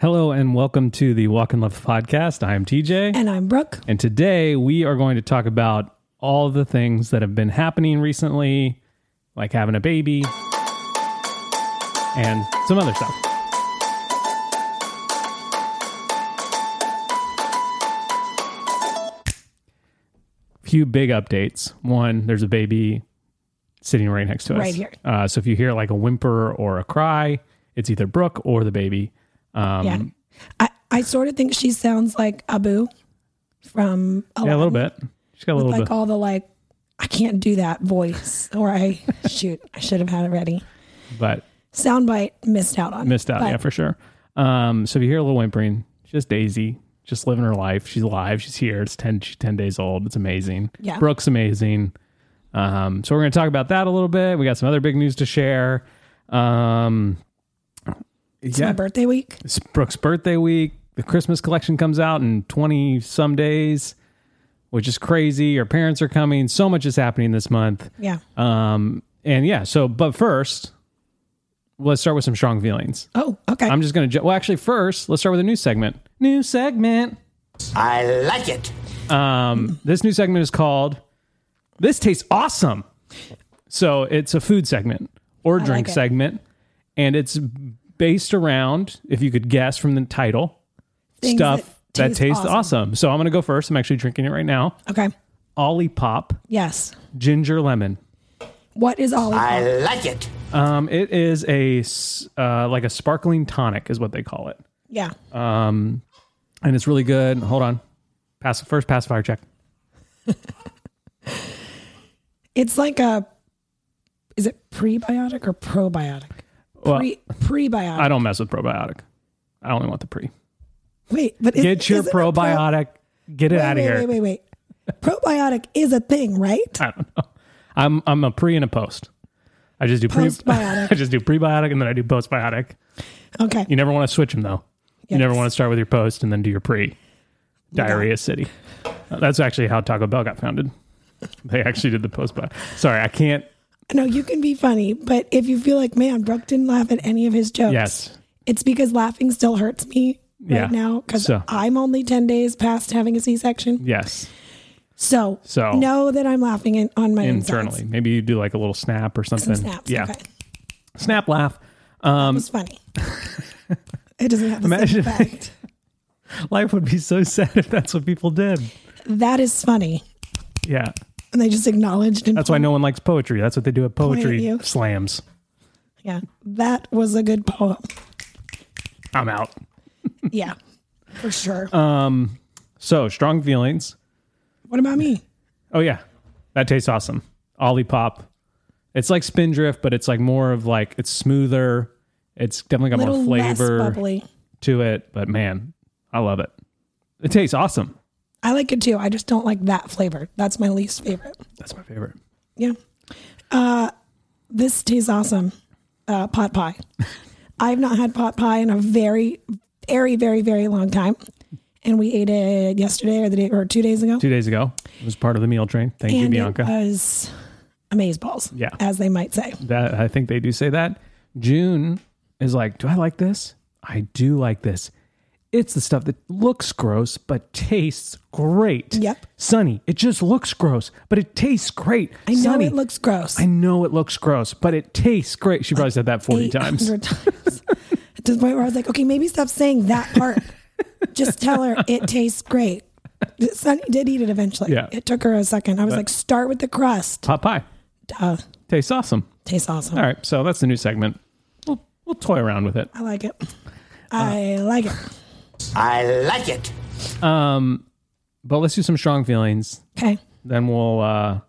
Hello and welcome to the Walk and Love podcast. I am TJ. And I'm Brooke. And today we are going to talk about all the things that have been happening recently, like having a baby and some other stuff. Few big updates. One, there's a baby sitting right next to us. Right here. Uh, so if you hear like a whimper or a cry, it's either Brooke or the baby. Um, Yeah. I, I sort of think she sounds like Abu from Yeah, a little Aladdin, bit. She's got a little like bit. all the like I can't do that voice or I shoot, I should have had it ready. but Soundbite missed out on. missed out. But yeah, for sure. Um, so if you hear a little whimpering, it's just Daisy, just living her life. She's alive. She's here. It's 10, she's 10 days old. It's amazing. Yeah. Brooke's amazing. Um, so we're going to talk about that a little bit. We got some other big news to share. Um, It's yeah. my birthday week. it's Brooke's birthday week. The Christmas collection comes out in 20 some days, which is crazy. Her parents are coming. So much is happening this month. Yeah. Um, and yeah, so, but first, let's start with some strong feelings. Oh, okay. I'm just going to, ju- well, actually, first, let's start with a new segment. New segment. I like it. Um, this new segment is called This Tastes Awesome. So it's a food segment or drink like it. segment. And it's based around, if you could guess from the title, Things stuff that, taste tastes awesome. So I'm going to go first. I'm actually drinking it right now. Okay. Ollie Pop Yes. Ginger Lemon. What is Ollie? I like it. Um, it is a s- uh, like a sparkling tonic is what they call it, yeah. and it's really good. Hold on, pass first pacifier check. It's like a is it prebiotic or probiotic? Well, Pre prebiotic. I don't mess with probiotic. I only want the pre. Wait, but is, Get your isn't a pro- probiotic. Get it wait, out of wait, here. Wait, wait, wait. Probiotic is a thing, right? I don't know. I'm I'm a pre and a post. I just do pre. Postbiotic. I just do prebiotic and then I do postbiotic. Okay. You never want to switch them though. You never Yes. want to start with your post and then do your pre. Diarrhea City. Uh, That's actually how Taco Bell got founded. They actually did the postbiotic. Sorry, I can't. No, you can be funny, but if you feel like, man, Brooke didn't laugh at any of his jokes, Yes. it's because laughing still hurts me right Yeah. now because So- I'm only 10 days past having a C section. Yes. So, So- know that I'm laughing in, on my Internally. Maybe you do like a little snap or something. Insides. Some snaps. Yeah. Okay. Snap laugh. It was funny. it doesn't have the Imagine- same effect. Life would be so sad if that's what people did. That is funny. Yeah. And they just acknowledged and That's why no one likes poetry. That's what they do at poetry you. slams. yeah, that was a good poem. I'm out. Yeah, for sure. Uh, So strong feelings. what about me? Oh yeah, that tastes awesome. Ollie pop. It's like Spindrift, but it's like more of like it's smoother. It's definitely got Little more less flavor bubbly. to it. But man, I love it. It tastes awesome. I like it too. I just don't like that flavor. That's my least favorite. That's my favorite. Yeah. Uh, this tastes awesome. Uh, pot pie. I've not had pot pie in a very, very, very, very long time. And we ate it yesterday or the day or two days ago. Two days ago, it was part of the meal train. Thank you, and Bianca. it was amazeballs. Yeah. As they might say. that I think they do say that. June is like, do I like this? I do like this. It's the stuff that looks gross but tastes great. Yep. Sunny, it just looks gross, but it tastes great. I know Sunny, it looks gross. I know it looks gross, but it tastes great. She probably said that 40 times. 800 times. to the point where I was like, okay, maybe stop saying that part. Just tell her it tastes great. Sunny did eat it eventually. Yeah. It took her a second. I was like, start with the crust. Pot pie. Duh. Tastes awesome. Tastes awesome. All right. So that's the new segment. We'll, we'll toy around with it. I like Uh, it. I like it. I like it. But let's do some strong feelings. Okay. Then we'll uh,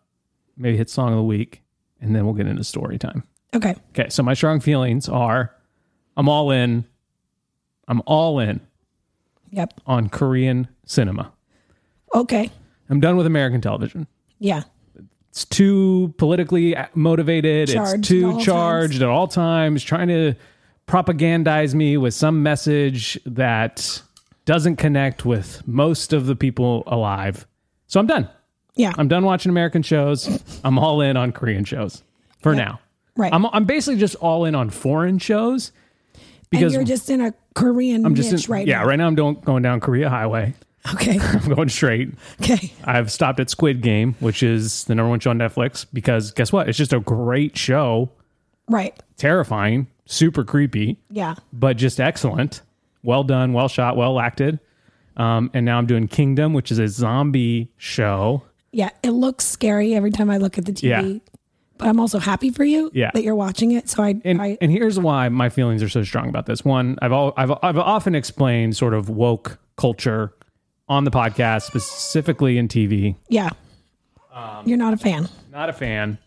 maybe hit song of the week and then we'll get into story time. Okay. Okay, so my strong feelings are I'm all in. I'm all in Yep. on Korean cinema. Okay. I'm done with American television. Yeah. It's too politically motivated. Charged it's at too all charged at all times, trying to propagandize me with some message that doesn't connect with most of the people alive. So I'm done. Yeah. I'm done watching American shows. I'm all in on Korean shows for now. right. I'm, I'm basically just all in on foreign shows because and you're just in a Korean I'm just niche in, right yeah, now. right now I'm doing, going down Korea Highway. Okay. I'm going straight. Okay. I've stopped at Squid Game, which is the number one show on Netflix, because guess what? It's just a great show, Right. terrifying, super creepy, Yeah. but just excellent. Well done, well shot, well acted. Um, and now I'm doing Kingdom, which is a zombie show. Yeah. It looks scary every time I look at the TV. Yeah. But I'm also happy for you Yeah. that you're watching it. So I, And I and here's why my feelings are so strong about this. One, I've all I've I've often explained sort of woke culture on the podcast, specifically in TV. yeah. Um, you're not a fan. Not a fan.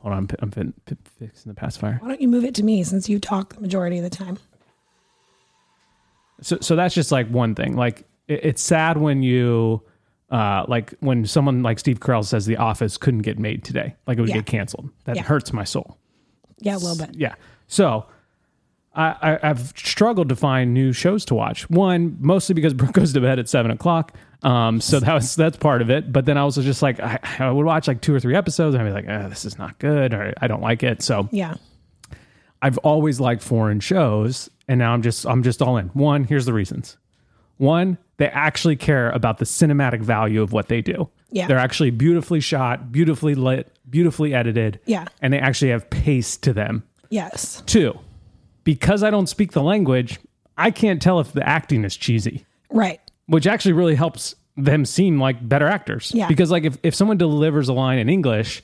Hold on, I'm, fi- I'm fin- fi- fixing the pacifier. Why don't you move it to me since you talk the majority of the time? so so that's just like one thing like it, it's sad when you uh like when someone like steve carell says the office couldn't get made today like it would Yeah. get canceled that Yeah. hurts my soul Yeah, a little bit. yeah so I, I i've struggled to find new shows to watch one mostly because brooke goes to bed at seven o'clock um so that was that's part of it but then i was just like i, I would watch like two or three episodes and i'd be like "Ah, this is not good or i don't like it so Yeah. I've always liked foreign shows, and now I'm just I'm just all in. One, here's the reasons. One, they actually care about the cinematic value of what they do. Yeah. They're actually beautifully shot, beautifully lit, beautifully edited. Yeah. And they actually have pace to them. Yes. Two, because I don't speak the language, I can't tell if the acting is cheesy Right. which actually really helps them seem like better actors. Yeah. Because like if, if someone delivers a line in English,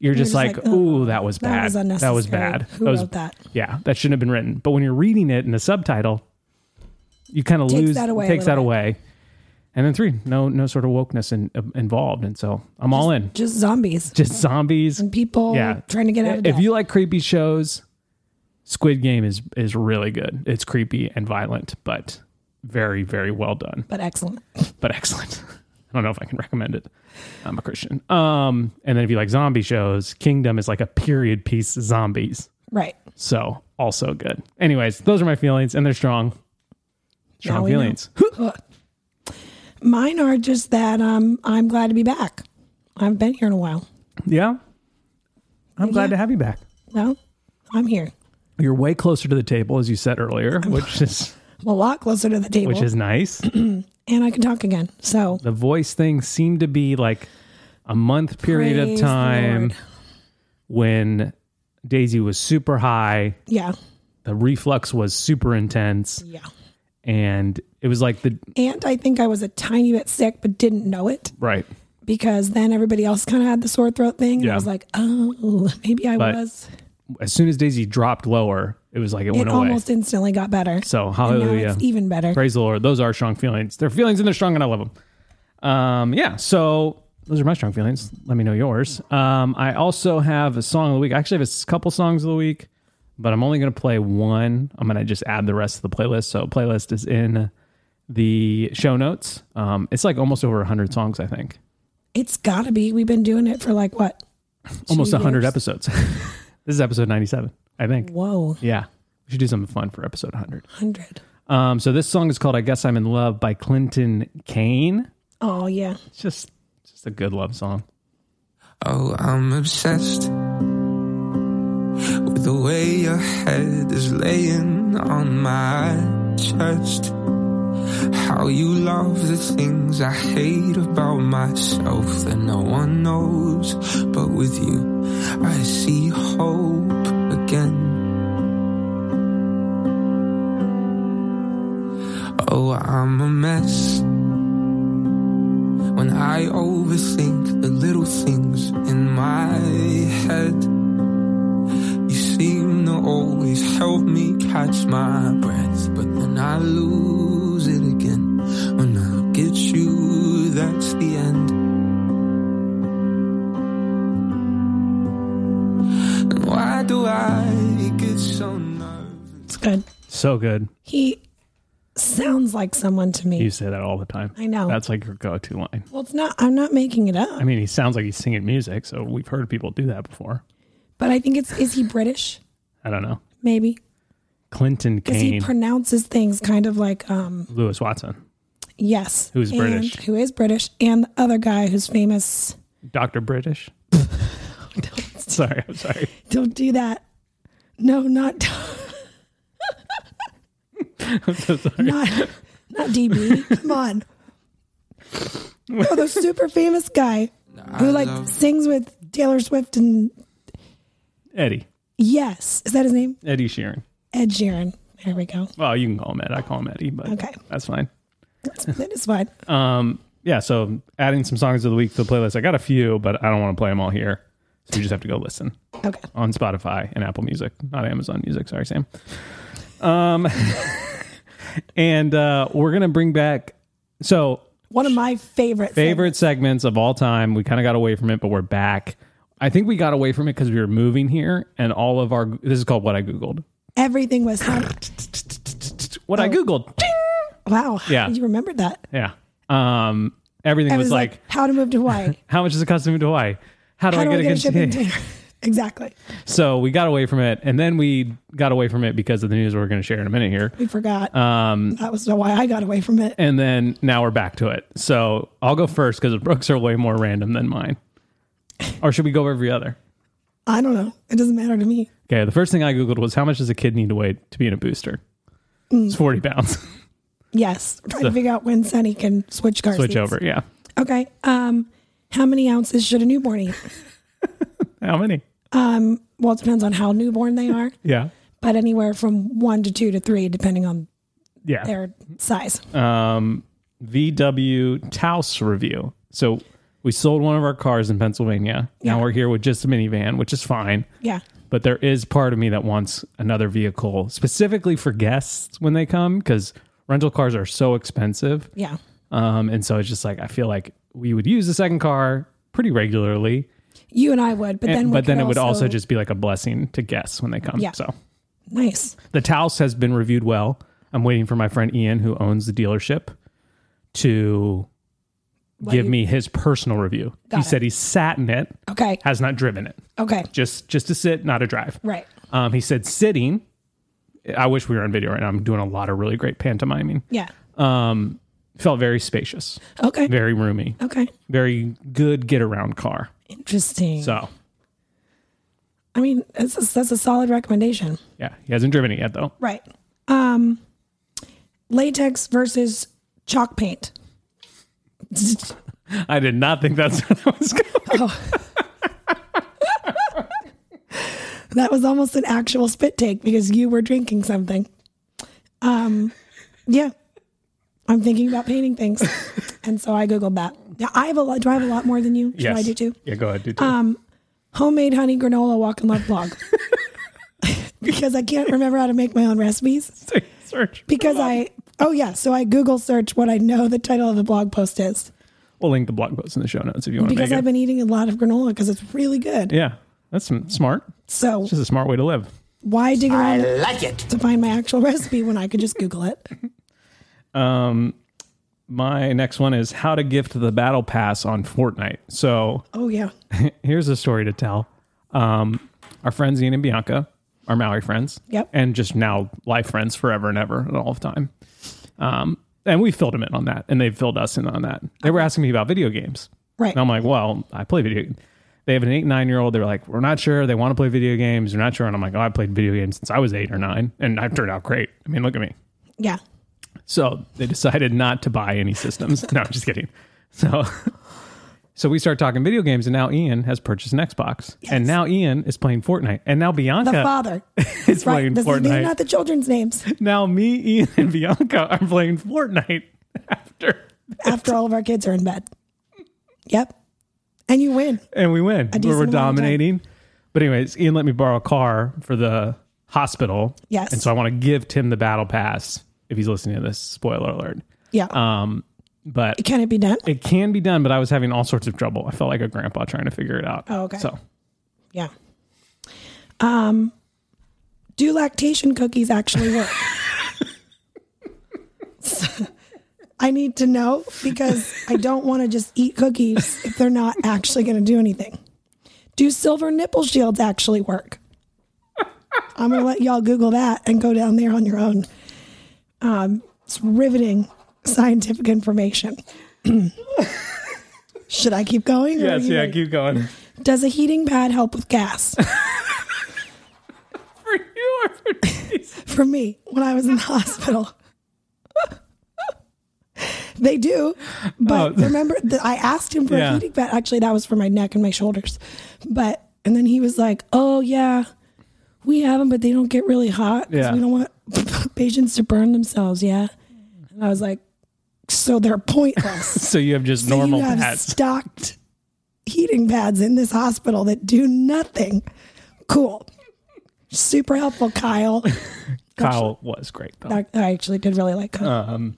you're, just, just like, like, "Oh, ooh, that was that bad. was That was unnecessary. bad. Who that was, wrote that?" Yeah, that shouldn't have been written. But when you're reading it in the subtitle, you kind of lose that away a takes that little bit. away. And then three, no no sort of wokeness in, uh, involved. And so I'm all in. Just zombies. Just zombies. People Yeah. trying to get out of If debt. you like creepy shows, Squid Game is is really good. It's creepy and violent, but very very well done but excellent. but excellent. I don't know if I can recommend it. I'm a Christian. Um, and then if you like zombie shows, Kingdom is like a period piece zombies. Right. So also good. Anyways, those are my feelings, and they're strong. Now Strong we know. feelings. Mine are just that um, I'm glad to be back. I haven't been here in a while. Yeah. I'm glad Yeah. to have you back. Well, I'm here. You're way closer to the table as you said earlier, which is I'm a lot closer to the table. which is nice. and I can talk again. So The voice thing seemed to be like a month period Praise of the time Lord. when Daisy was super high, yeah. the reflux was super intense. Yeah. and it was like the And I think I was a tiny bit sick but didn't know it right because then everybody else kind of had the sore throat thing. And Yeah. I was like, oh, maybe I But was. as soon as daisy dropped lower it was like it, It went away almost instantly got better. so And now hallelujah it's even better. praise the lord those are strong feelings they're feelings and they're strong and i love them um yeah so those are my strong feelings let me know yours um i also have a song of the week i actually have a s- couple songs of the week but i'm only going to play one i'm going to just add the rest of the playlist so playlist is in the show notes um it's like almost over 100 songs i think It's got to be. We've been doing it for like what? almost Two 100 years. episodes this is episode 97 i think Whoa, Yeah. We should do something fun for episode 100. 100. Um, so this song is called I Guess I'm in Love by Clinton Kane. Oh, yeah. It's just it's just a good love song. Oh, I'm obsessed with the way your head is laying on my chest. How you love the things I hate about myself that no one knows. But with you, I see hope again. Oh, I'm a mess. When I overthink the little things in my head, you seem to always help me catch my breath. But then I lose it again. When I look at you, that's the end. And why do I get so nervous? It's good. So good. He sounds like someone to me. You say that all the time. I know. That's like your go-to line. well, it's not, I'm not making it up, I mean, he sounds like he's singing music, so we've heard people do that before. but I think it's, is he British? I don't know. Maybe. Clinton Because he Kane, pronounces things kind of like, um, Lewis Watson, yes. Who's and- British. Who is British. And the other guy who's famous. Dr. British. Don't, Sorry, I'm sorry. don't do that. No, not. Not, not DB. Come on. No, the super famous guy who like sings with Taylor Swift and Eddie. yes, is that his name? Eddie Sheeran. Ed Sheeran. There we go. Well, you can call him Ed. I call him Eddie, but Okay. that's fine. That's, that is fine. Um, yeah, so adding some songs of the week to the playlist. I got a few, but I don't want to play them all here. So you just have to go listen Okay. on Spotify and Apple Music, not Amazon Music. Sorry, Sam. Um, and uh, we're gonna bring back so One of my favorite favorite segments of all time. We kind of got away from it, but we're back. I think we got away from it because we were moving here, and all of our this is called what I googled. Everything was how, What I googled. Ding! wow. How Yeah. did you remembered that? Yeah. Um. Everything I was, like, how to move to Hawaii. how much is a custom to Hawaii? How do How I do get I a get a good shipping ticket? container? exactly. So we got away from it, and then we got away from it because of the news we're going to share in a minute here. We forgot. Um, that was why I got away from it. And then now we're back to it. So I'll go first because Brooks are way more random than mine. Or should we go every other? I don't know. It doesn't matter to me. Okay, the first thing I Googled was how much does a kid need to weigh to be in a booster? It's 40 pounds. Yes. We're trying So- to figure out when Sunny can switch cars. Switch over. Yeah. Okay. Um, how many ounces should a newborn eat? How many? Well, it depends on how newborn they are, Yeah. but anywhere from one to two to three, depending on Yeah. their size. um, VW Taos review. So we sold one of our cars in Pennsylvania. Now Yeah. we're here with just a minivan, which is fine. Yeah. But there is part of me that wants another vehicle specifically for guests when they come because rental cars are so expensive. Yeah. Um, and so it's just like I feel like we would use the second car pretty regularly, You and I would, but and- then we but then could it would also, just be like a blessing to guests when they come. Yeah. So nice. the Taos has been reviewed well. I'm waiting for my friend Ian, who owns the dealership, to give you- me his personal review. he Got it. said he sat in it, Okay. has not driven it, Okay. just just to sit, not to drive. Right. Um, he said sitting. I wish we were on video right now. I'm doing a lot of really great pantomiming. Yeah. Felt very spacious, Okay. very roomy, Okay. very good get around car. Interesting. So I mean, that's a, that's a solid recommendation. yeah, he hasn't driven it yet though. Right. Um, latex versus chalk paint. I did not think that's what I was going. That was almost an actual spit take because you were drinking something. Um, yeah, I'm thinking about painting things, and so I googled that. Now I have a lot. Do I have a lot more than you? Should I do too? Um, Yeah, go ahead. Do two. Homemade honey granola walk and love blog. because I can't remember how to make my own recipes. Search. Because I oh yeah, so I Google search what I know the title of the blog post is. We'll link the blog post in the show notes if you want to Because make I've it. been eating a lot of granola because it's really good. yeah, that's sm- smart. So Just a smart way to live. why dig I around like it. to find my actual recipe when I could just Google it? My next one is how to gift the battle pass on Fortnite. So Oh yeah. here's a story to tell. Um, our friends Ian and Bianca, our Maui friends, Yep. and just now life friends forever and ever and all of time. Um, and we filled them in on that, and they filled us in on that. They were asking me about video games. Right. And I'm like, well, I play video. games. They have an eight, nine year old. They're like, we're not sure. They want to play video games. They're not sure. And I'm like, oh, I played video games since I was eight or nine, and I've turned out great. I mean, look at me. Yeah. So they decided not to buy any systems. No, I'm just kidding. So, so we start talking video games, and now Ian has purchased an Xbox, and now Ian is playing Fortnite, and now The Bianca father. is playing This is, these are Fortnite. not the children's names now me, Ian, and Bianca are playing Fortnite after, after all of our kids are in bed. Yep. And you win. and we win. We We're decent amount of time. dominating. But anyways, Ian let me borrow a car for the hospital. Yes. and so I want to give Tim the battle pass if he's listening to this. Spoiler alert. Yeah. Um, but Can it be done? it can be done, but I was having all sorts of trouble. I felt like a grandpa trying to figure it out. Oh, okay. So Yeah. Um, do lactation cookies actually work? I need to know because I don't want to just eat cookies if they're not actually going to do anything. Do silver nipple shields actually work? I'm going to let y'all Google that and go down there on your own. Um, it's riveting scientific information. Should I keep going? or are yes, you yeah, ready? keep going. Does a heating pad help with gas? For you or for from me when I was in the hospital. they do, but Oh. remember that I asked him for Yeah. a heating pad. Actually, that was for my neck and my shoulders, but and then he was like, "Oh yeah, we have them, but they don't get really hot. 'cause Yeah. we don't want patients to burn themselves." Yeah, and I was like, "So they're pointless." So you have just So normal you have pads. stocked heating pads in this hospital that do nothing. Cool. Super helpful, Kyle. Kyle was great though. I I actually did really like Uh. Kyle.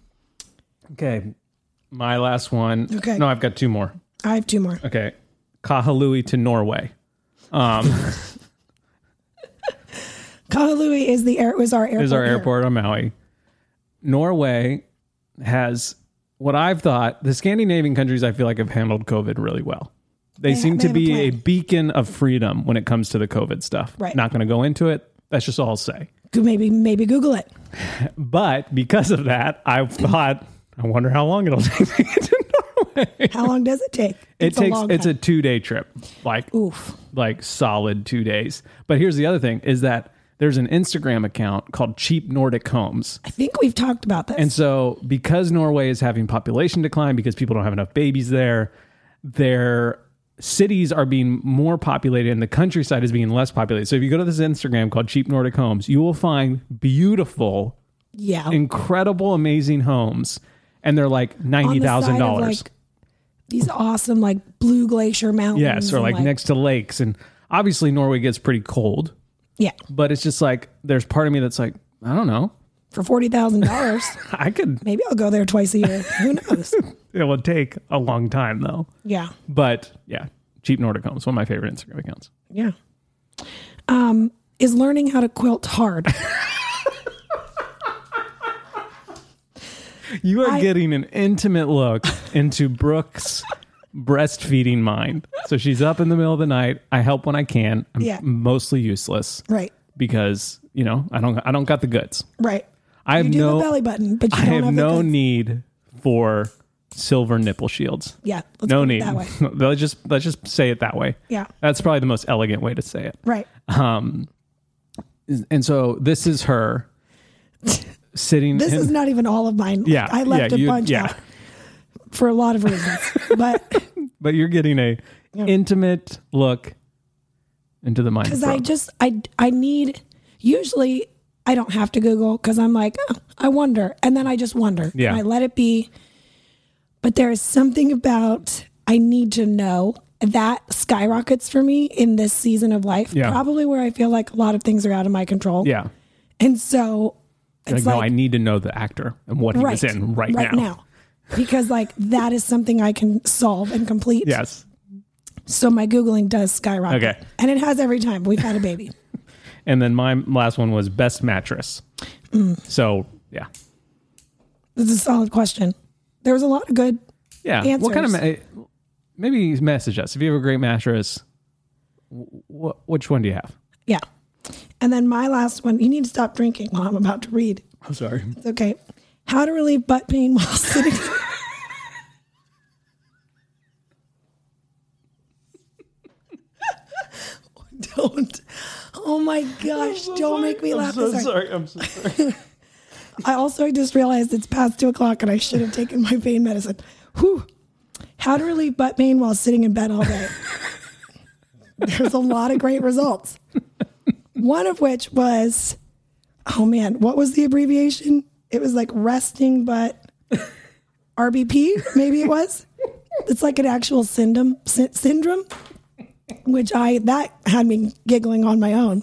Okay. My last one. Okay. No, I've got two more. I have two more. Okay. Kahalui to Norway. Kyle Louie is the air was our airport. is our here. airport on Maui. Norway has what I've thought the Scandinavian countries I feel like have handled COVID really well. They, seem they to have a be a, plan. beacon of freedom when it comes to the COVID stuff. Right. Not going to go into it. That's just all I'll say. Go- Maybe maybe Google it. But because of that, I thought, I wonder how long it'll take me to How long does it take? it takes it's a time. two day trip like Oof. like solid two days but here's the other thing is that there's an instagram account called cheap nordic homes I think we've talked about this. and so because norway is having population decline because people don't have enough babies there their cities are being more populated and the countryside is being less populated so if you go to this instagram called cheap nordic homes you will find beautiful yeah. incredible amazing homes and they're like On the side of, $90000 like, These awesome like blue glacier mountains. Yes, or and, like, next to lakes. And obviously, Norway gets pretty cold, Yeah. but it's just like there's part of me that's like, I don't know. For forty thousand dollars. I could, maybe I'll go there twice a year. Who knows? it would take a long time though. Yeah. But yeah, Cheap Nordic Homes, one of my favorite Instagram accounts. Yeah. Um, is learning how to quilt hard? You are I- getting an intimate look into Brooke's breastfeeding mind. So she's up in the middle of the night. I help when I can. I'm Yeah. mostly useless right. because, you know, I don't I don't got the goods. Right. I have You do no the belly button, but you I don't have have the no goods. need for silver nipple shields. Yeah. Let's no put it need. That way. let's just let's just say it that way. Yeah. That's probably the most elegant way to say it. Right. And so this is her sitting This in is not even all of mine. yeah, I left yeah, a you- bunch yeah. out for a lot of reasons, but But you're getting a intimate look into the mind. of because I Brooke. just I I need usually I don't have to Google because I'm like "Oh, I wonder and then I just wonder. Yeah. And I let it be. But there is something about I need to know that skyrockets for me in this season of life. Yeah. Probably where I feel like a lot of things are out of my control. yeah. And so Like, it's like, no, I need to know the actor and what he was in right, Because like that is something I can solve and complete. Yes. So my Googling does skyrocket. Okay. And it has every time we've had a baby. And then my last one was best mattress. So yeah. this is a solid question. There was a lot of good Yeah. What kind of ma- maybe message us if you have a great mattress. Wh- wh- which one do you have? yeah. And then my last one, you need to stop drinking while I'm about to read. I'm sorry. It's okay. How to relieve butt pain while sitting. don't. Oh my gosh, don't make me laugh. this hard. I'm so sorry. I also just realized it's past two o'clock and I should have taken my pain medicine. Whew. How to relieve butt pain while sitting in bed all day. There's a lot of great results. One of which was, oh man, what was the abbreviation? It was like resting butt RBP, maybe it was. It's like an actual syndrome, sy- syndrome, which I, that had me giggling on my own.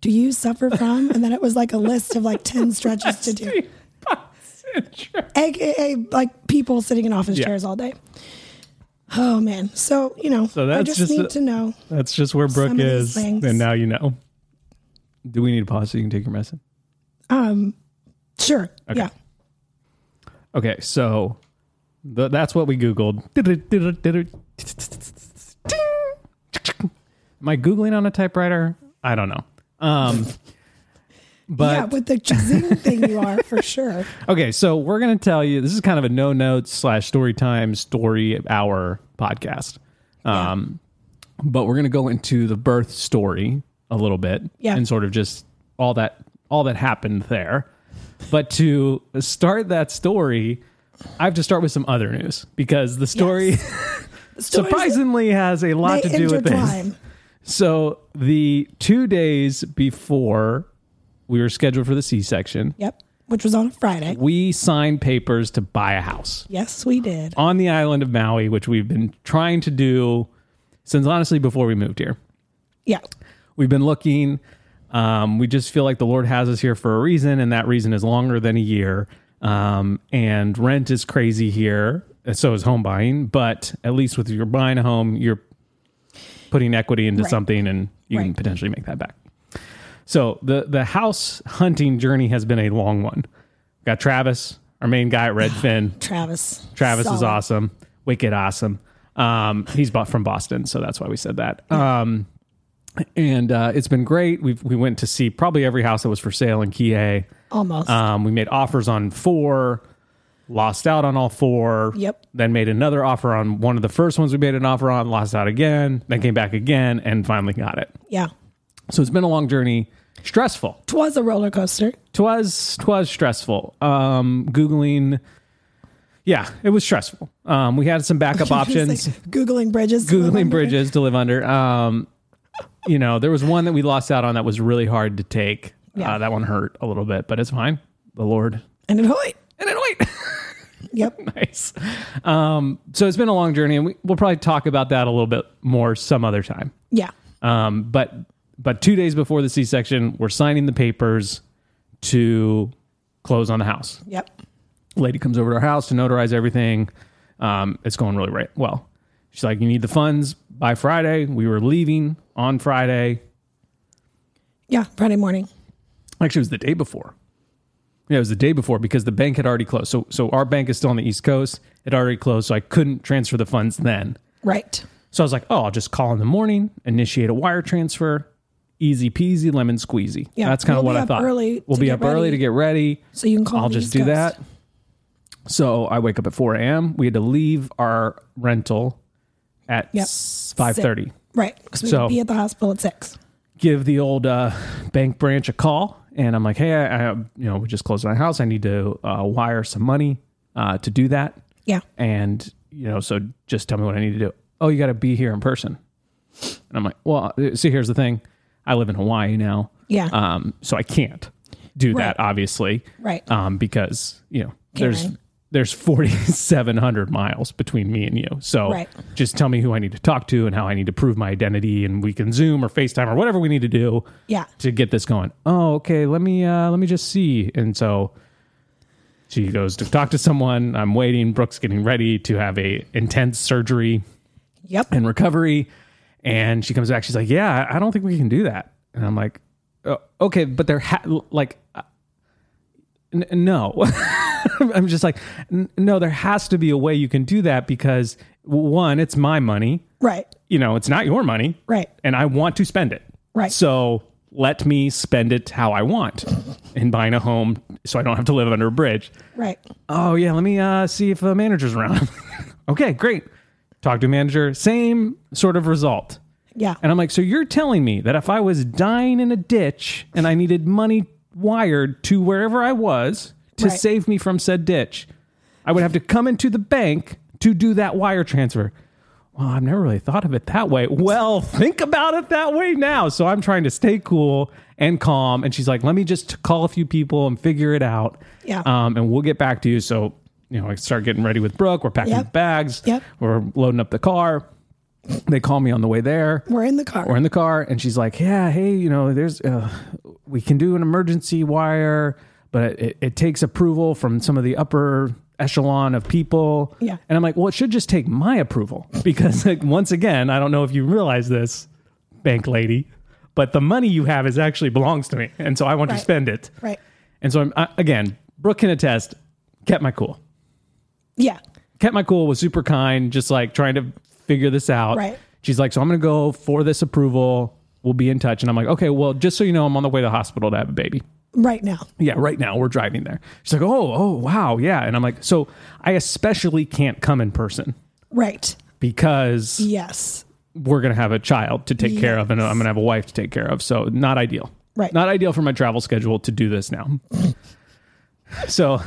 Do you suffer from? And then it was like a list of like 10 stretches to do aka like people sitting in office Yeah. chairs all day. Oh man! So you know, So that's I just, just need a- to know. That's just where Brooke Some of is, these things. and now you know. Do we need to pause so you can take your medicine? Sure. Yeah. Okay, so th- that's what we googled. Am I googling on a typewriter? I don't know. Um, yeah, but with the zing thing you are for sure. Okay, so we're going to tell you this is kind of a no notes slash story time story hour podcast. Um, But we're going to go into the birth story a little bit Yeah. and sort of just all that all that happened there. But to start that story, I have to start with some other news because the story surprisingly has a lot they to do with this. intertwine. So the two days before we were scheduled for the C section, Yep. Which was on a Friday. we signed papers to buy a house Yes, we did. on the island of Maui, which we've been trying to do since honestly before we moved here. Yeah. We've been looking. Um, we just feel like the Lord has us here for a reason, and that reason is longer than a year. Um, and rent is crazy here, and so is home buying. But at least with you're buying a home, you're putting equity into Right. something, and you can Right. potentially make that back. So the the house hunting journey has been a long one. Got Travis, our main guy at Redfin. Travis. Travis is Solid. awesome. Wicked awesome. Um, he's bought from Boston, so that's why we said that. Um, and uh, it's been great. We we went to see probably every house that was for sale in Kihei. Almost. Um, we made offers on four, lost out on all four. Yep. Then made another offer on one of the first ones we made an offer on, lost out again, then came back again, and finally got it. yeah. So it's been a long journey, stressful Twas a roller coaster. twas twas stressful um googling yeah it was stressful um we had some backup options It's like Googling bridges. googling bridges to live under um you know there was one that we lost out on that was really hard to take Yeah. uh, that one hurt a little bit but it's fine the lord And it hoy. and it wait Yep. nice um so it's been a long journey and we, we'll probably talk about that a little bit more some other time Yeah. um, but but two days before the c-section we're signing the papers to close on the house Yep. lady comes over to our house to notarize everything. Um, it's going really right. Well, she's like, you need the funds by Friday. We were leaving on Friday. Yeah. Friday morning. Actually, it was the day before. Yeah, it was the day before because the bank had already closed. So, so our bank is still on the East Coast. It already closed, so I couldn't transfer the funds then. Right. So I was like, oh, I'll just call in the morning, initiate a wire transfer, easy peasy, lemon squeezy. Yeah, that's kind of we'll what be I up thought. early we'll to be get up early ready. to get ready. So you can call I'll the just East do Coast. that. So I wake up at 4 a.m. We had to leave our rental at Yep. 5:30. Right. Because we So- would be at the hospital at six. Give the old uh, bank branch a call, and I'm like, "Hey, I, I you know we just closed my house. I need to uh, wire some money uh, to do that, Yeah. and you know, so just tell me what I need to do. Oh, you got to be here in person. And I'm like, well, uh, see, here's the thing. I live in Hawaii now, Yeah. um, so I can't do Right. that, obviously, Right. um, because you know there's Karen. there's 4700 miles between me and you so Right. just tell me who i need to talk to and how i need to prove my identity and we can zoom or facetime or whatever we need to do yeah. to get this going oh okay let me uh let me just see and so she goes to talk to someone i'm waiting brooke's getting ready to have a intense surgery Yep. and recovery. And she comes back. She's like, "Yeah, I don't think we can do that." And I'm like, oh, "Okay, but they're ha- like, uh, n- no." I'm just like, "N- "No, there has to be a way you can do that because one, it's my money. Right. You know, it's not your money, Right. And I want to spend it, Right. So let me spend it how I want in buying a home, so I don't have to live under a bridge." Right. oh yeah let me uh, see if the manager's around okay great talk to a manager same sort of result Yeah. and i'm like so you're telling me that if i was dying in a ditch and i needed money wired to wherever i was to Right. save me from said ditch i would have to come into the bank to do that wire transfer well i've never really thought of it that way well think about it that way now so i'm trying to stay cool and calm and she's like let me just call a few people and figure it out Yeah. um, and we'll get back to you. So, you know, I start getting ready with Brooke. We're packing Yep. bags. Yep. We're loading up the car. They call me on the way there. We're in the car. We're in the car, and she's like, "Yeah, hey, you know, there's uh, we can do an emergency wire, but it, it takes approval from some of the upper echelon of people." Yeah. and I'm like, "Well, it should just take my approval because, like, once again, I don't know if you realize this, bank lady, but the money you have is actually belongs to me, and so I want Right. to spend it." right. And so I'm I, again, Brooke can attest, kept my cool. Yeah. Kept my cool, was super kind, just like trying to figure this out. Right. She's like, so I'm gonna go for this approval. We'll be in touch. And I'm like, okay, well, just so you know, I'm on the way to the hospital to have a baby. Right now. Yeah, right now we're driving there. She's like, oh, oh, wow, yeah. And I'm like, so I especially can't come in person Right. because Yes. we're gonna have a child to take care of, and I'm gonna have a wife to take care of. So not ideal. Right. Not ideal for my travel schedule to do this now. so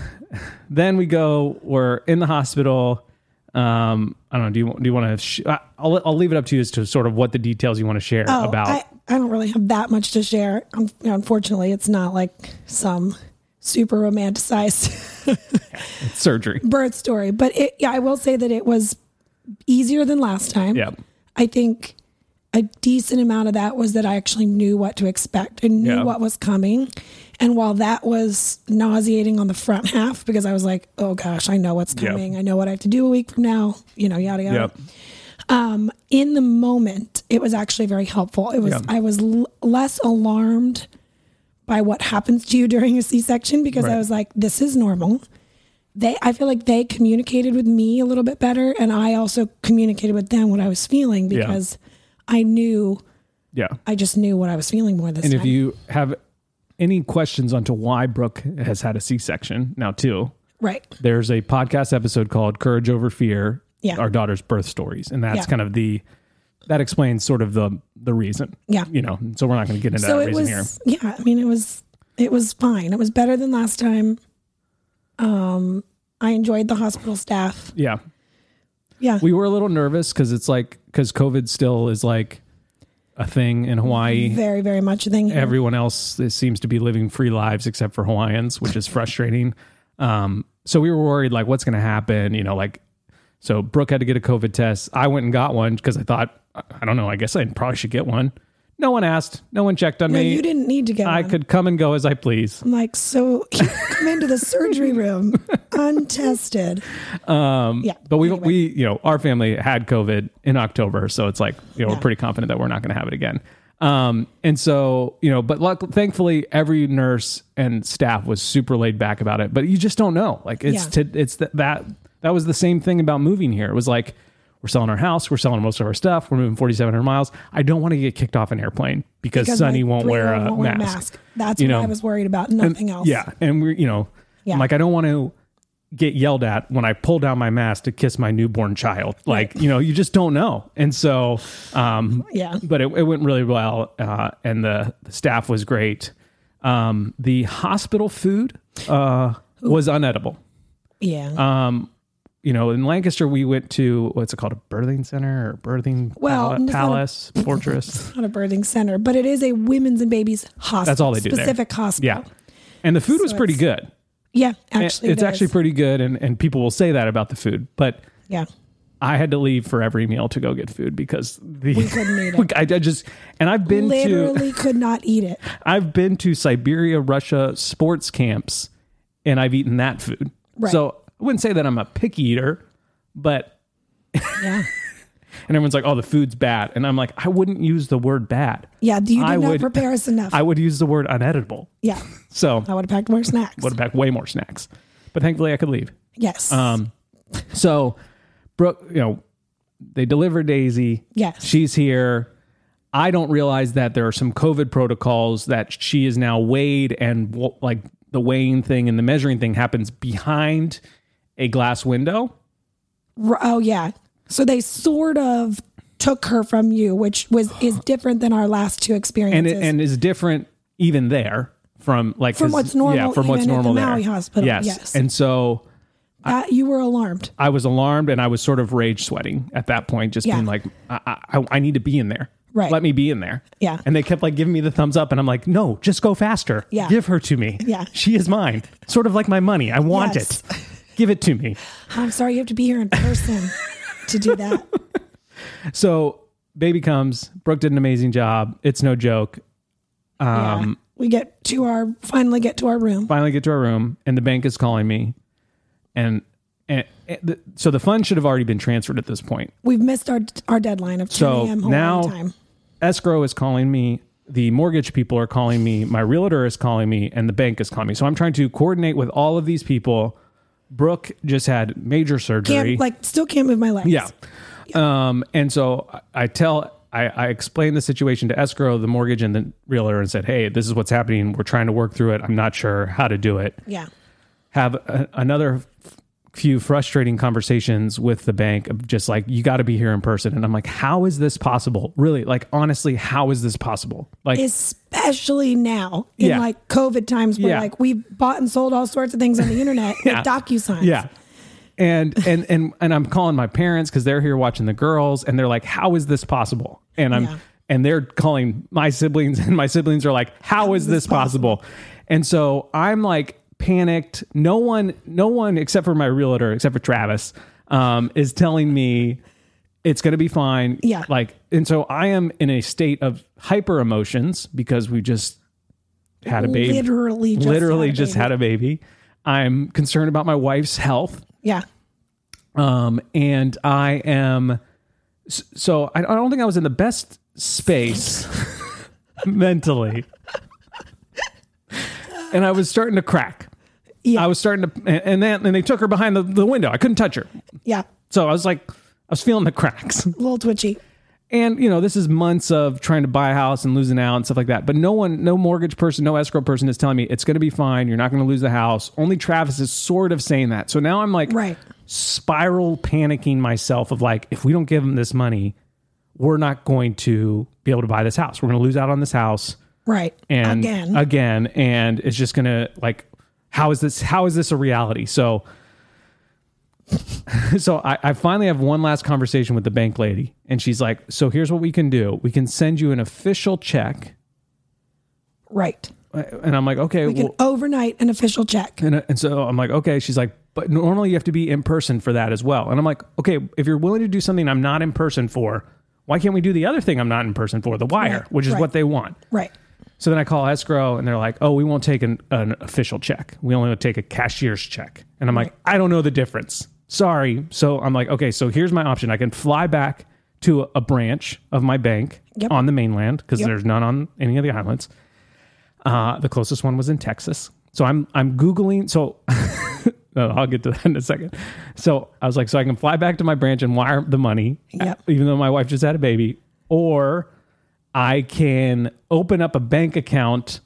then we go. We're in the hospital. Um, I don't know. Do you do you want to? Sh- I- I'll I'll leave it up to you as to sort of what the details you want to share Oh, about. I, I don't really have that much to share. Um, you know, unfortunately, it's not like some super romanticized surgery. birth story, but it, yeah, I will say that it was easier than last time. Yeah. I think a decent amount of that was that I actually knew what to expect and knew Yeah. what was coming. And while that was nauseating on the front half, because I was like, oh gosh, I know what's Yep. coming. I know what I have to do a week from now, you know, yada, yada. Yep. Um, in the moment, it was actually very helpful. It was, Yeah. I was l- less alarmed by what happens to you during a C-section because I Right. was like, this is normal. They, I feel like they communicated with me a little bit better, and I also communicated with them what I was feeling Yeah. because I knew, Yeah. I just knew what I was feeling more this And time. if you have any questions onto why Brooke has had a C-section now too, right, there's a podcast episode called Courage Over Fear, Yeah. our daughter's birth stories. And that's Yeah. kind of the that explains sort of the the reason. Yeah. You know, so we're not gonna get into so that it reason was, here. yeah. I mean, it was, it was fine. It was better than last time. Um, I enjoyed the hospital staff. Yeah. Yeah, We were a little nervous because it's like because COVID still is like a thing in Hawaii. very, very much a thing. here. Everyone else seems to be living free lives except for Hawaiians, which is frustrating. Um, so we were worried like what's gonna happen, you know, like so Brooke had to get a COVID test. I went and got one because I thought I I don't know, I guess I probably should get one. No one asked, no one checked on No, me. you didn't need to get. I one. could come and go as I please. I'm like, so you come into the surgery room untested. Um, yeah, But we we you know our family had COVID in October, so it's like you know we're pretty confident that we're not going to have it again. Um, and so you know, but luck- thankfully every nurse and staff was super laid back about it. But you just don't know. Like it's Yeah. to, it's th- that that was the same thing about moving here. It was like we're selling our house, we're selling most of our stuff, we're moving forty seven hundred miles. I don't want to get kicked off an airplane because, Because Sonny my won't wear a three-year-old won't mask. That's You what know? I was worried about. Nothing else. Yeah, and we're you know, Yeah. I'm like I don't want to get yelled at when I pull down my mask to kiss my newborn child. Like you know, you just don't know, and so um, Yeah. But it, it went really well, uh, and the, the staff was great. Um, the hospital food uh, was unedible. Yeah. Uh, You know, in Lancaster, we went to what's it called, a birthing center or birthing Well, pala- it's not a- palace, fortress. Not a birthing center, but it is a women's and babies hospital. That's all they do there. Specific hospital. Yeah, and the food was pretty it's- good. Yeah. Actually, it's it actually is. pretty good, and, and people will say that about the food, but yeah. I had to leave for every meal to go get food because the we couldn't eat it. I, I just and I've been to Literally could not eat it. I've been to Siberia, Russia sports camps, and I've eaten that food. Right. So I wouldn't say that I'm a picky eater, but Yeah. and everyone's like, "Oh, the food's bad," and I'm like, I wouldn't use the word bad. Yeah. You did I not would- prepare us enough. I would use the word uneditable. yeah. So I would have packed more snacks. would have packed way more snacks, but thankfully I could leave. yes. Um, so Brooke, you know, they deliver Daisy. Yes. She's here. I don't realize that there are some COVID protocols that she is now weighed and wo- like the weighing thing and the measuring thing happens behind a glass window. R- Oh yeah. So they sort of took her from you, which was is different than our last two experiences. and it, and is different even there from like From 'cause- what's normal Yeah, from even what's at the normal Maui there. hospital, Yes. yes. and so that you were alarmed. I was alarmed and I was sort of rage sweating at that point, just Yeah. being like, I, I, I need to be in there. Right. Let me be in there. Yeah. And they kept like giving me the thumbs up, and I'm like, no, just go faster. Yeah. Give her to me. Yeah. She is mine. Sort of like my money. I want Yes. it. Give it to me. I'm sorry you have to be here in person to do that. So baby comes. Brooke did an amazing job. It's no joke. Yeah. we get to our finally get to our room. Finally get to our room, and the bank is calling me, and. And, and the, so the funds should have already been transferred at this point. We've missed our our deadline of 10 So a.m. Hawaii now- time. escrow is calling me the mortgage people are calling me my realtor is calling me and the bank is calling me so i'm trying to coordinate with all of these people brooke just had major surgery Can't like still can't move my legs. yeah um, and so I- i tell I, I explained the situation to escrow the mortgage and the realtor and said hey this is what's happening we're trying to work through it i'm not sure how to do it Yeah. have a, another few frustrating conversations with the bank of just like you got to be here in person and i'm like how is this possible really like honestly how is this possible like especially now in Yeah. like COVID times where Yeah. like we bought and sold all sorts of things on the internet Yeah. with DocuSign. Yeah. And and and and I'm calling my parents because they're here watching the girls, and they're like, "How is this possible?" And I'm Yeah. and they're calling my siblings, and my siblings are like, "How is this possible? And so I'm like panicked. No one, no one except for my realtor, except for Travis, um, is telling me it's going to be fine. Yeah. Like, and so I am in a state of hyper emotions because we just had a baby. Literally just literally had a just baby. had a baby. I'm concerned about my wife's health. Yeah. Um, and I am s- so I I don't think I was in the best space mentally, and I was starting to crack. Yeah. I was starting to, and- and then and they took her behind the, the window. I couldn't touch her, Yeah. so I was like, I was feeling the cracks. A little twitchy. And you know, this is months of trying to buy a house and losing out and stuff like that. But no one, no mortgage person, no escrow person is telling me it's going to be fine. You're not going to lose the house. Only Travis is sort of saying that. So now I'm like, Right. spiral panicking myself of like, if we don't give him this money, we're not going to be able to buy this house. We're going to lose out on this house Right. and again. again, and it's just gonna like, how is this? How is this a reality? So, so I, I finally have one last conversation with the bank lady, and she's like, "So here's what we can do: we can send you an official check." right. And I'm like, "Okay, We can well, overnight an official check. and, uh, and so I'm like, okay. She's like, but normally you have to be in person for that as well. And I'm like, okay, if you're willing to do something I'm not in person for, why can't we do the other thing I'm not in person for, the wire, Right, which is right. what they want? Right. So then I call escrow and they're like, oh, we won't take an, an official check. We only take a cashier's check. And I'm like, I don't know the difference. Sorry. So I'm like, okay, so here's my option. I can fly back to a, a branch of my bank Yep. on the mainland because Yep. there's none on any of the islands. Uh, the closest one was in Texas. So I'm I'm Googling. So no, I'll get to that in a second. So I was like, so I can fly back to my branch and wire the money, uh, Yep. even though my wife just had a baby, or I can open up a bank account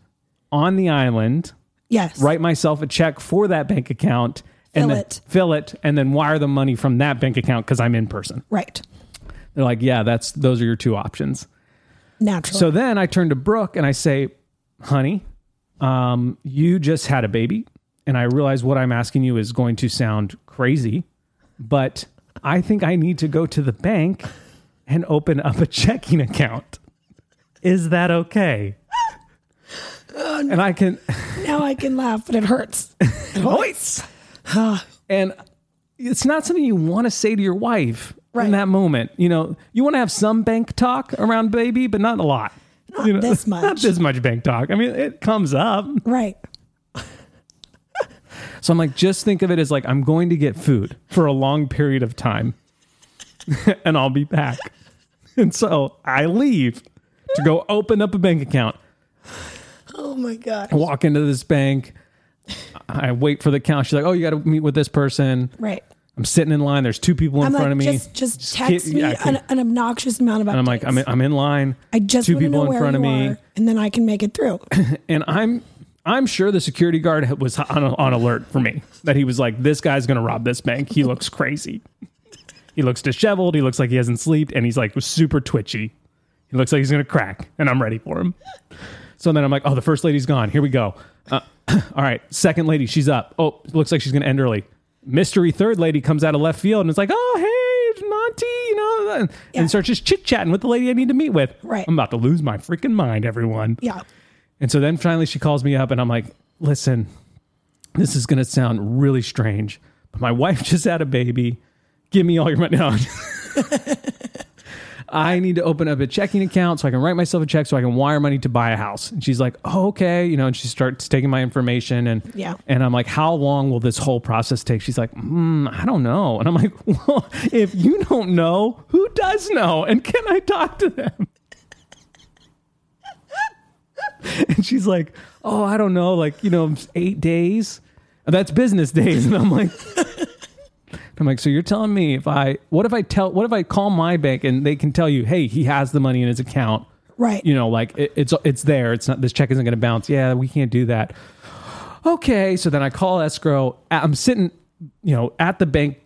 on the island, Yes. write myself a check for that bank account, and Fill then it. fill it, and then wire the money from that bank account because I'm in person. Right. They're like, yeah, that's those are your two options. Natural. So then I turn to Brooke and I say, honey, um, you just had a baby. And I realize what I'm asking you is going to sound crazy, but I think I need to go to the bank and open up a checking account. Is that okay? And I can, now I can laugh, but it hurts. voice. and it's not something you want to say to your wife Right. in that moment. You know, you want to have some bank talk around baby, but not a lot. Not this much. Not this much bank talk. I mean, it comes up. Right. So I'm like, just think of it as like I'm going to get food for a long period of time, and I'll be back. And so I leave to go open up a bank account. Oh my God. Walk into this bank. I wait for the count. She's like, "Oh, you got to meet with this person." Right. I'm sitting in line. There's two people in I'm front like, of me. just, just text keep- me yeah, keep- an, an obnoxious amount of updates. and I'm like, I'm in, I'm in line. I just two wanna people know in where front of you me, are, and then I can make it through. and I'm I'm sure the security guard was on, on alert for me that he was like, this guy's gonna rob this bank. He looks crazy. He looks disheveled. He looks like he hasn't slept, and he's like super twitchy. He looks like he's gonna crack, and I'm ready for him. So then I'm like, oh, the first lady's gone. Here we go. Uh, all right, second lady, she's up. Oh, looks like she's gonna end early. Mystery third lady comes out of left field and it's like, oh hey, Monty, you know, and- Yeah. and starts just chit chatting with the lady I need to meet with. Right. I'm about to lose my freaking mind, everyone. yeah. And so then finally she calls me up and I'm like, listen, this is going to sound really strange, but my wife just had a baby. Give me all your money. No. I need to open up a checking account so I can write myself a check so I can wire money to buy a house. And she's like, oh, okay. You know, and she starts taking my information and, Yeah. and I'm like, how long will this whole process take? She's like, mm, I don't know. And I'm like, well, if you don't know, who does know? And can I talk to them? And she's like, "Oh, I don't know, like you know, eight days. That's business days." And I'm like, "I'm like, so you're telling me if I, what if I tell, what if I call my bank and they can tell you, hey, he has the money in his account, Right. you know, like it, it's it's there. It's not this check isn't going to bounce. Yeah, we can't do that. Okay, so then I call escrow. I'm sitting you know, at the bank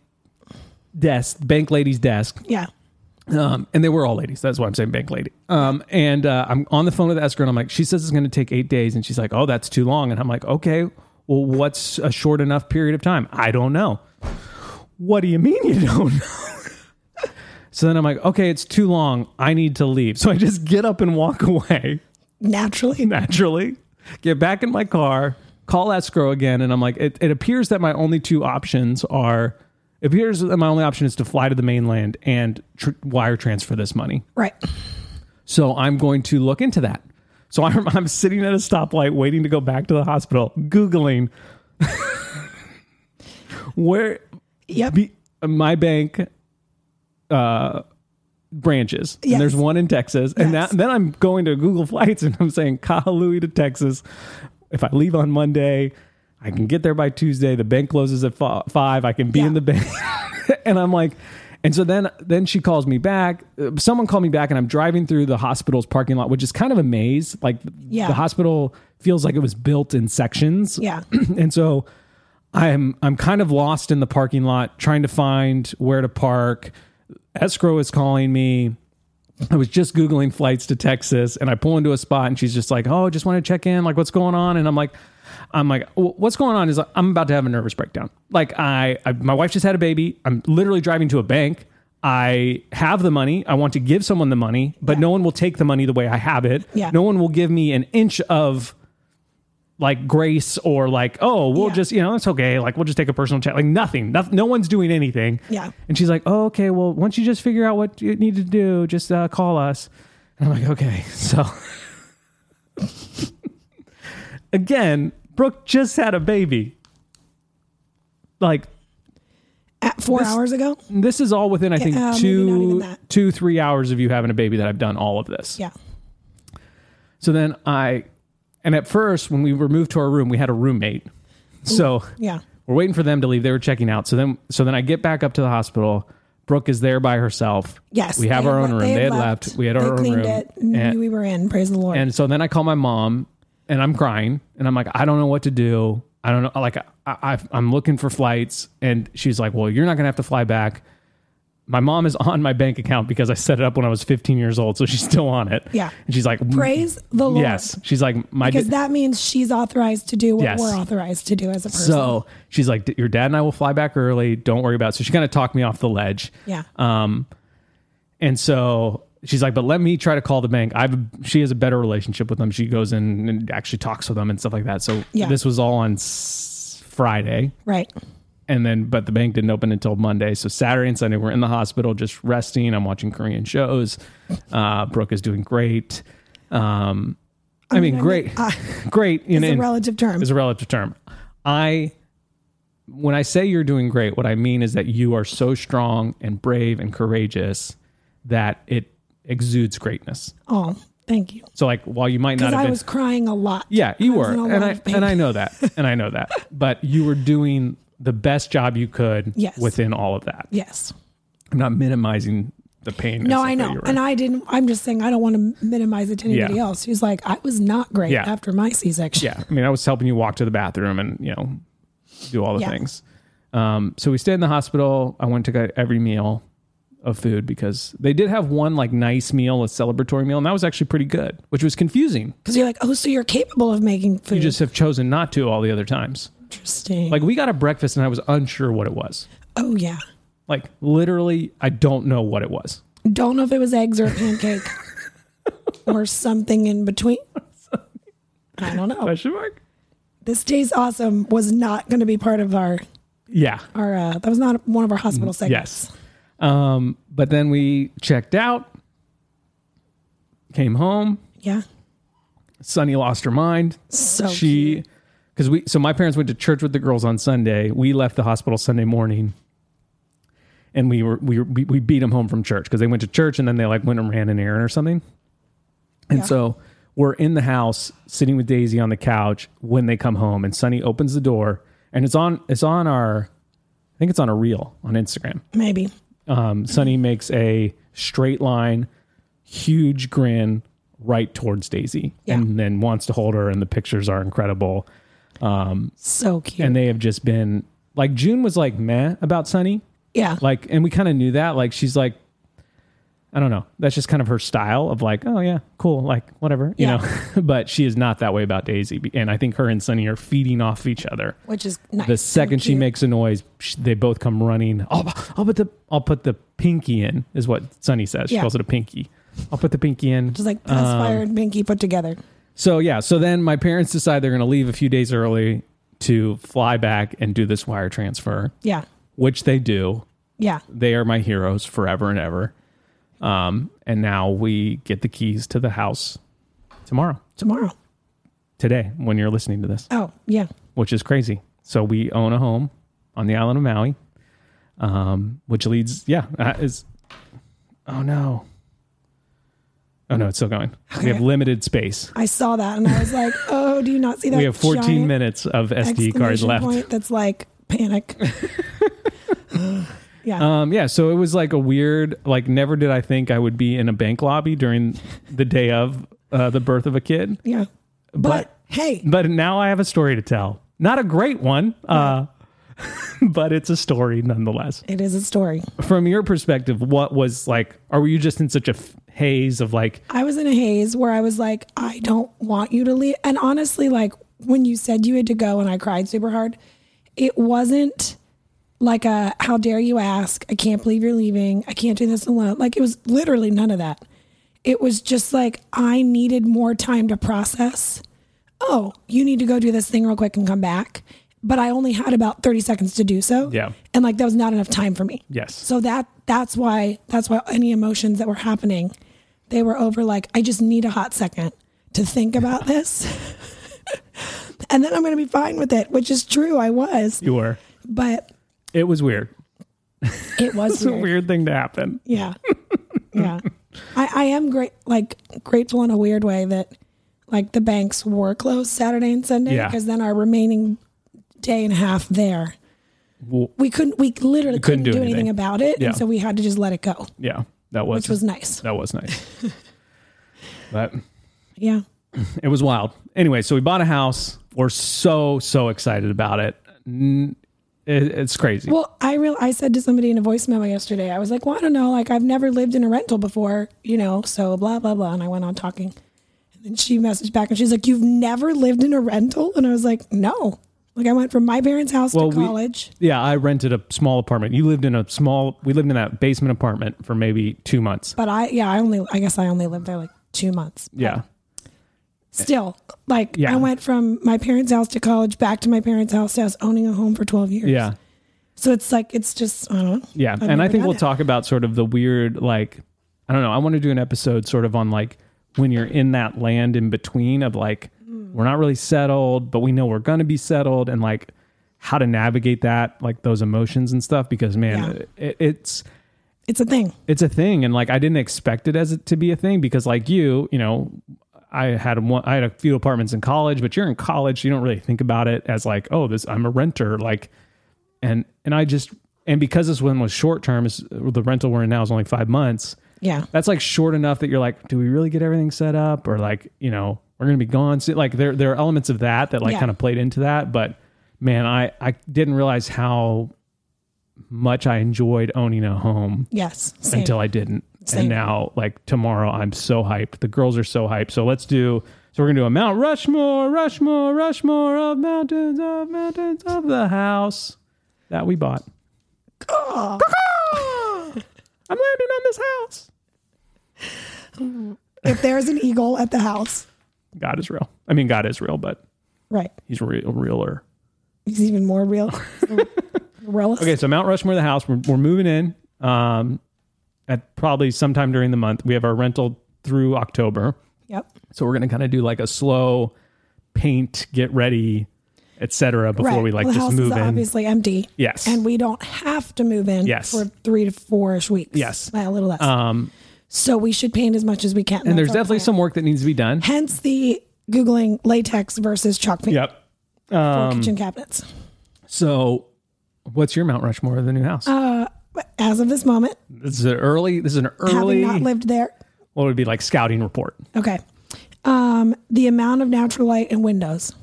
desk, bank lady's desk, Yeah. um, and they were all ladies. That's why I'm saying bank lady. Um, and uh, I'm on the phone with the escrow, and I'm like, she says it's going to take eight days, and she's like, oh, that's too long. And I'm like, okay, well, what's a short enough period of time? I don't know. What do you mean you don't know? so then I'm like, okay, it's too long. I need to leave. So I just get up and walk away Naturally. naturally. Get back in my car, call escrow again, and I'm like, it, it appears that my only two options are. It appears that my only option is to fly to the mainland and tr- wire transfer this money. Right. So I'm going to look into that. So I'm, I'm sitting at a stoplight waiting to go back to the hospital, Googling where Yep. be, my bank uh, branches. Yes. And there's one in Texas. And Yes. that, then I'm going to Google Flights and I'm saying Kahalui to Texas. If I leave on Monday, I can get there by Tuesday. The bank closes at fi- five. I can be Yeah. in the bank. and I'm like, and so then then she calls me back. Uh, Someone called me back, and I'm driving through the hospital's parking lot, which is kind of a maze. Like Yeah. the hospital feels like it was built in sections. Yeah. and so I'm I'm kind of lost in the parking lot trying to find where to park. Escrow is calling me. I was just googling flights to Texas, and I pull into a spot, and she's just like, "Oh, just want to check in, like what's going on?" And I'm like, "I'm like, "Wh- what's going on?" Is like, I'm about to have a nervous breakdown. Like I, I, my wife just had a baby. I'm literally driving to a bank. I have the money. I want to give someone the money, but no one will take the money the way I have it. Yeah. No one will give me an inch of like grace or like, oh, we'll Yeah. just, you know, it's okay. Like, we'll just take a personal chat. Like, nothing. No, no one's doing anything. Yeah. And she's like, oh, okay. Well, once you just figure out what you need to do, just uh, call us. And I'm like, okay. So again, Brooke just had a baby. Like, At four hours ago. this is all within, I think, uh, maybe not even two, that. two, three hours of you having a baby that I've done all of this. Yeah. So then I, and at first, when we were moved to our room, we had a roommate. So Yeah. we're waiting for them to leave. They were checking out. So then, so then I get back up to the hospital. Brooke is there by herself. Yes. we have they our had own le- room. they They, had had left. We had our They own cleaned room. it. Knew And- we were in. Praise the Lord. and so then I call my mom, and I'm crying, and I'm like, I don't know what to do. I don't know. Like, I, I, I'm looking for flights, and she's like, Well, you're not gonna have to fly back. My mom is on my bank account because I set it up when I was 15 years old, so she's still on it. Yeah. and she's like, "Mm, Praise the Lord. Yes, she's like, my Because da- that means she's authorized to do what Yes. we're authorized to do as a person. So she's like, "D- "Your dad and I will fly back early. Don't worry about." it. So she kind of talked me off the ledge. yeah. Um, and so she's like, "But let me try to call the bank. I've she has a better relationship with them. She goes in and actually talks with them and stuff like that." So Yeah. this was all on s- Friday, right. and then but the bank didn't open until Monday. So Saturday and Sunday we're in the hospital just resting. I'm watching Korean shows. Uh, Brooke is doing great. Um, I, mean, mean, I great, mean, uh, great. In, It's a in- relative term. is a relative term. I when I say you're doing great, what I mean is that you are so strong and brave and courageous that it exudes greatness. oh, thank you. So like while you might not Because have I been was crying a lot. Yeah, you I was were. in a And lot I of pain. and I know that. And I know that. But you were doing the best job you could Yes. within all of that. Yes. I'm not minimizing the pain. No, I know. And I didn't, I'm just saying, I don't want to minimize it to anybody Yeah. else who's like, I was not great Yeah. after my C section. yeah, I mean, I was helping you walk to the bathroom and you know do all the Yeah. things. Um, so we stayed in the hospital. I went to get every meal of food because they did have one like nice meal, a celebratory meal, and that was actually pretty good, which was confusing. Because you're like, oh, so you're capable of making food. You just have chosen not to all the other times. Interesting. Like we got a breakfast and I was unsure what it was. oh, yeah. Like literally, I don't know what it was. Don't know if it was eggs or a pancake or something in between. I don't know. Question mark? This day's awesome was not going to be part of our Yeah. our uh, that was not one of our hospital Mm, segments. Yes. Um, but then we checked out, came home. Yeah. Sunny lost her mind. So she because we so my parents went to church with the girls on sunday we left the hospital sunday morning and we were we were- we, we beat them home from church because they went to church and then they like went and ran an errand or something and Yeah. so we're in the house sitting with daisy on the couch when they come home and sunny opens the door and it's on it's on our i think it's on a reel on instagram maybe um, Sunny makes a straight line, huge grin right towards Daisy, Yeah. and then wants to hold her. And the pictures are incredible. so cute. And they have just been like June was like meh about Sunny, Yeah. like, and we kind of knew that. Like, she's like, I don't know. That's just kind of her style of like, oh yeah, cool, like whatever, Yeah. you know. but she is not that way about Daisy, and I think her and Sunny are feeding off each other. which is nice. The and second she cute. makes a noise, sh they both come running. I'll, I'll put the I'll put the pinky in is what Sunny says. She Yeah. calls it a pinky. I'll put the pinky in. Just like um, Pacifier and Pinky put together. So yeah, so then my parents decide they're going to leave a few days early to fly back and do this wire transfer, Yeah. which they do. Yeah. They are my heroes forever and ever. Um, and now we get the keys to the house tomorrow, Tomorrow. today, when you're listening to this, Oh, yeah. which is crazy. So we own a home on the island of Maui, um, which leads, yeah, that is. Oh no. Oh no, it's still going. We have limited space. I saw that and I was like, oh, do you not see that? we have 14 giant minutes of SD card exclamation left. Point that's like panic. yeah. Um, yeah, so it was like a weird, like never did I think I would be in a bank lobby during the day of uh, the birth of a kid. yeah. But, hey, But now I have a story to tell. Not a great one, uh, but it's a story nonetheless. it is a story. From your perspective, what was like? Are you just in such a f- haze of like? I was in a haze where I was like, I don't want you to leave. And honestly, like when you said you had to go and I cried super hard, it wasn't like a how dare you ask? I can't believe you're leaving. I can't do this alone. Like it was literally none of that. It was just like I needed more time to process. Oh, you need to go do this thing real quick and come back. But I only had about 30 seconds to do so. Yeah. And like that was not enough time for me. Yes. So that that's why that's why any emotions that were happening, they were over like I just need a hot second to think about this. and then I'm going to be fine with it, which is true I was. You were. But It was weird. it was It's a weird. weird thing to happen. Yeah. Yeah. I, I am great like grateful in a weird way that like the banks were closed Saturday and Sunday Yeah. because then our remaining day and a half there Well, we couldn't we literally couldn't, do, anything. about it Yeah. and so we had to just let it go Yeah, that was, which was nice that was nice. but yeah It was wild. Anyway, so we bought a house. We're so so excited about it. N- it- it's crazy. Well, I real I said to somebody in a voice memo yesterday, I was like, well, I don't know, like I've never lived in a rental before, you know, so blah blah blah, and I went on talking, and then she messaged back and she's like, you've never lived in a rental, and I was like, no, like I went from my parents' house Well, to we- college, yeah, I rented a small apartment. You lived in a small. We lived in that basement apartment for maybe two months. but I yeah, I only I guess I only lived there like two months. But Yeah, still, like Yeah. I went from my parents' house to college, back to my parents' house, to us owning a home for twelve years. yeah, so it's like it's just I don't know. yeah. I've and I never think done we'll it. talk about sort of the weird, like, I don't know. I want to do an episode sort of on like when you're in that land in between of like Hmm. we're not really settled, but we know we're gonna be settled, and like how to navigate that, like those emotions and stuff. Because man, it, it's It's a thing. it's a thing and like i didn't expect it as it to be a thing because like you you know i had one i had a few apartments in college but you're in college so you don't really think about it as like oh this i'm a renter like and and i just and because this one was short term is the rental we're in now is only five months Yeah. that's like short enough that you're like do we really get everything set up or like you know we're gonna be gone soon like there there are elements of that that like Yeah. kind of played into that but man i i didn't realize how much i enjoyed owning a home Yes. Same. until I didn't. And Same. now, like tomorrow, I'm so hyped. The girls are so hyped. So let's do. So we're gonna do a Mount Rushmore, Rushmore, Rushmore of mountains, of mountains of the house that we bought. I'm landing on this house. if there's an eagle at the house, God is real. I mean, God is real, but right. He's real, realer. He's even more real. Realist. Okay, so Mount Rushmore, the house. We're, we're moving in. Um, at probably sometime during the month. We have our rental through October. Yep. So we're gonna kind of do like a slow paint, get ready, etc. Before right. we like Well, the just house move is in. obviously empty. Yes. And we don't have to move in Yes. for three to four ish weeks. Yes. Well, a little less. Um, so we should paint as much as we can. and there's definitely some work that needs to be done. Hence the Googling latex versus chalk paint Yep. for kitchen cabinets. So, what's your Mount Rushmore of the new house? Uh, But as of this moment, this is an early. This is an having early. not lived there. what would be like scouting report? Okay. Um, the amount of natural light and windows.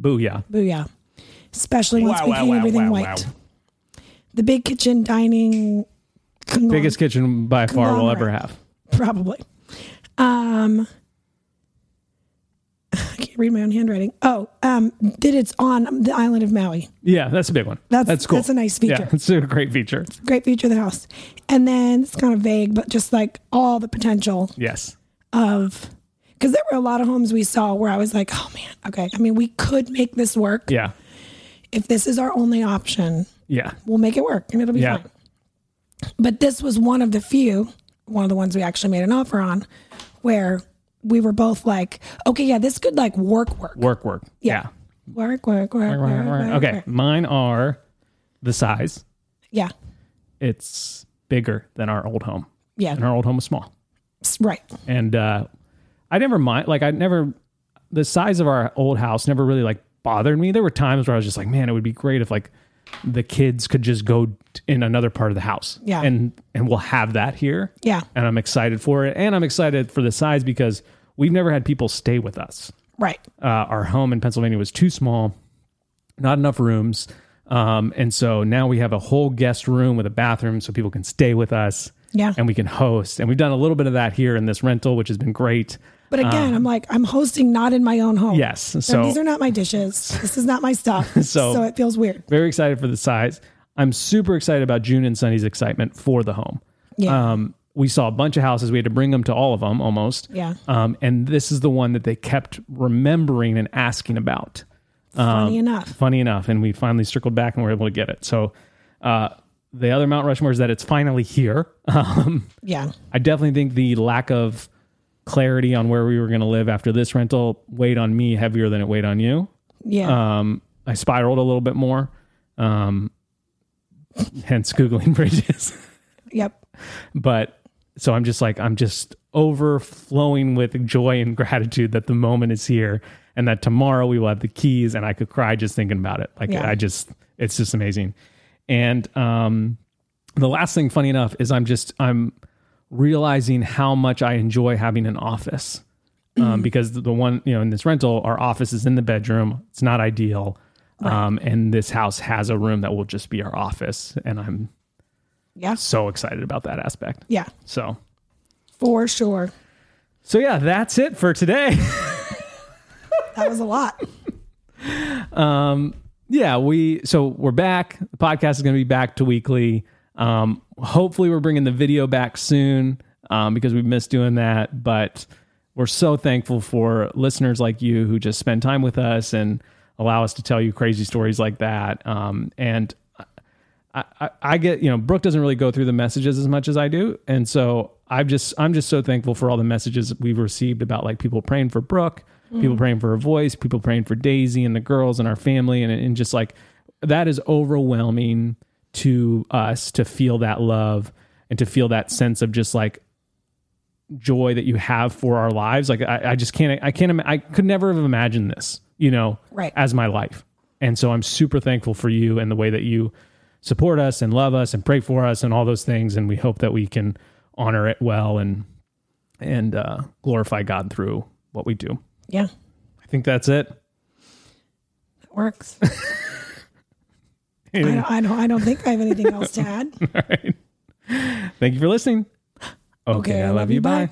Booyah! Booyah. Especially once we paint everything white. the big kitchen dining conglomerate, Biggest kitchen by far we'll ever Conglomerate. have. probably. Um, I can't read my own handwriting. Oh, um, that it's on the island of Maui. Yeah, that's a big one. That's- that's cool. that's a nice feature. Yeah, it's a great feature. Great feature of the house. And then it's kind of vague, but just like all the potential Yes. of because there were a lot of homes we saw where I was like, oh man, okay. I mean, we could make this work Yeah. if this is our only option. Yeah. we'll make it work and it'll be Yeah. fine. But this was one of the few, one of the ones we actually made an offer on, where we were both like, okay, yeah, this could like work, work, Work. Work. Yeah. work, work, work, work, Yeah. Right, work, right, right. work, Okay. work. Mine are the size. yeah, It's bigger than our old home, yeah, and our old home was small. S- right, and uh, I never mind. Like I never, the size of our old house never really like bothered me. There were times where I was just like, man, it would be great if like the kids could just go t- in another part of the house. Yeah. and and we'll have that here. Yeah. and I'm excited for it, and I'm excited for the size because we've never had people stay with us right, uh, our home in Pennsylvania was too small, not enough rooms. Um, and so now we have a whole guest room with a bathroom so people can stay with us. Yeah. And we can host. And we've done a little bit of that here in this rental, which has been great. But again, I'm like, I'm hosting not in my own home. Yes. Um, So So these are not my dishes. This is not my stuff. so, it feels weird. very excited for the size. I'm super excited about June and Sunny's excitement for the home. Yeah. Um, we saw a bunch of houses. We had to bring them to all of them almost. Yeah. Um, and this is the one that they kept remembering and asking about. Funny enough. funny enough, and we finally circled back and were able to get it. So uh, the other Mount Rushmore is that it's finally here. Um, Yeah. I definitely think the lack of clarity on where we were going to live after this rental weighed on me heavier than it weighed on you. Yeah. Um, I spiraled a little bit more, um, hence googling bridges. yep. but so I'm just like I'm just overflowing with joy and gratitude that the moment is here and that tomorrow we will have the keys and I could cry just thinking about it. Like Yeah. I just it's just amazing. And um the last thing funny enough is I'm just I'm realizing how much I enjoy having an office. Um, because the- the one, you know, in this rental, our office is in the bedroom. It's not ideal. Um, and this house has a room that will just be our office. And I'm Yeah. so excited about that aspect. Yeah. So, For sure. so yeah, that's it for today. That was a lot. yeah, we so we're back. The podcast is going to be back to weekly. Um, hopefully, we're bringing the video back soon um, because we missed doing that. But we're so thankful for listeners like you who just spend time with us and allow us to tell you crazy stories like that. Um, and I, I, I get you know Brooke doesn't really go through the messages as much as I do, and so I've just I'm just so thankful for all the messages we've received about like people praying for Brooke, people praying for her voice, people praying for Daisy and the girls and our family, and and just like that is overwhelming to us to feel that love and to feel that sense of just like joy that you have for our lives. Like I, I just can't, I can't, ima- I could never have imagined this, you know, Right. as my life. And so I'm super thankful for you and the way that you support us and love us and pray for us and all those things. And we hope that we can honor it well and, and, uh, glorify God through what we do. Yeah. I think that's it. It works. I don't, I don't. I don't think I have anything else to add. Thank you for listening. Okay. I love, you. Bye.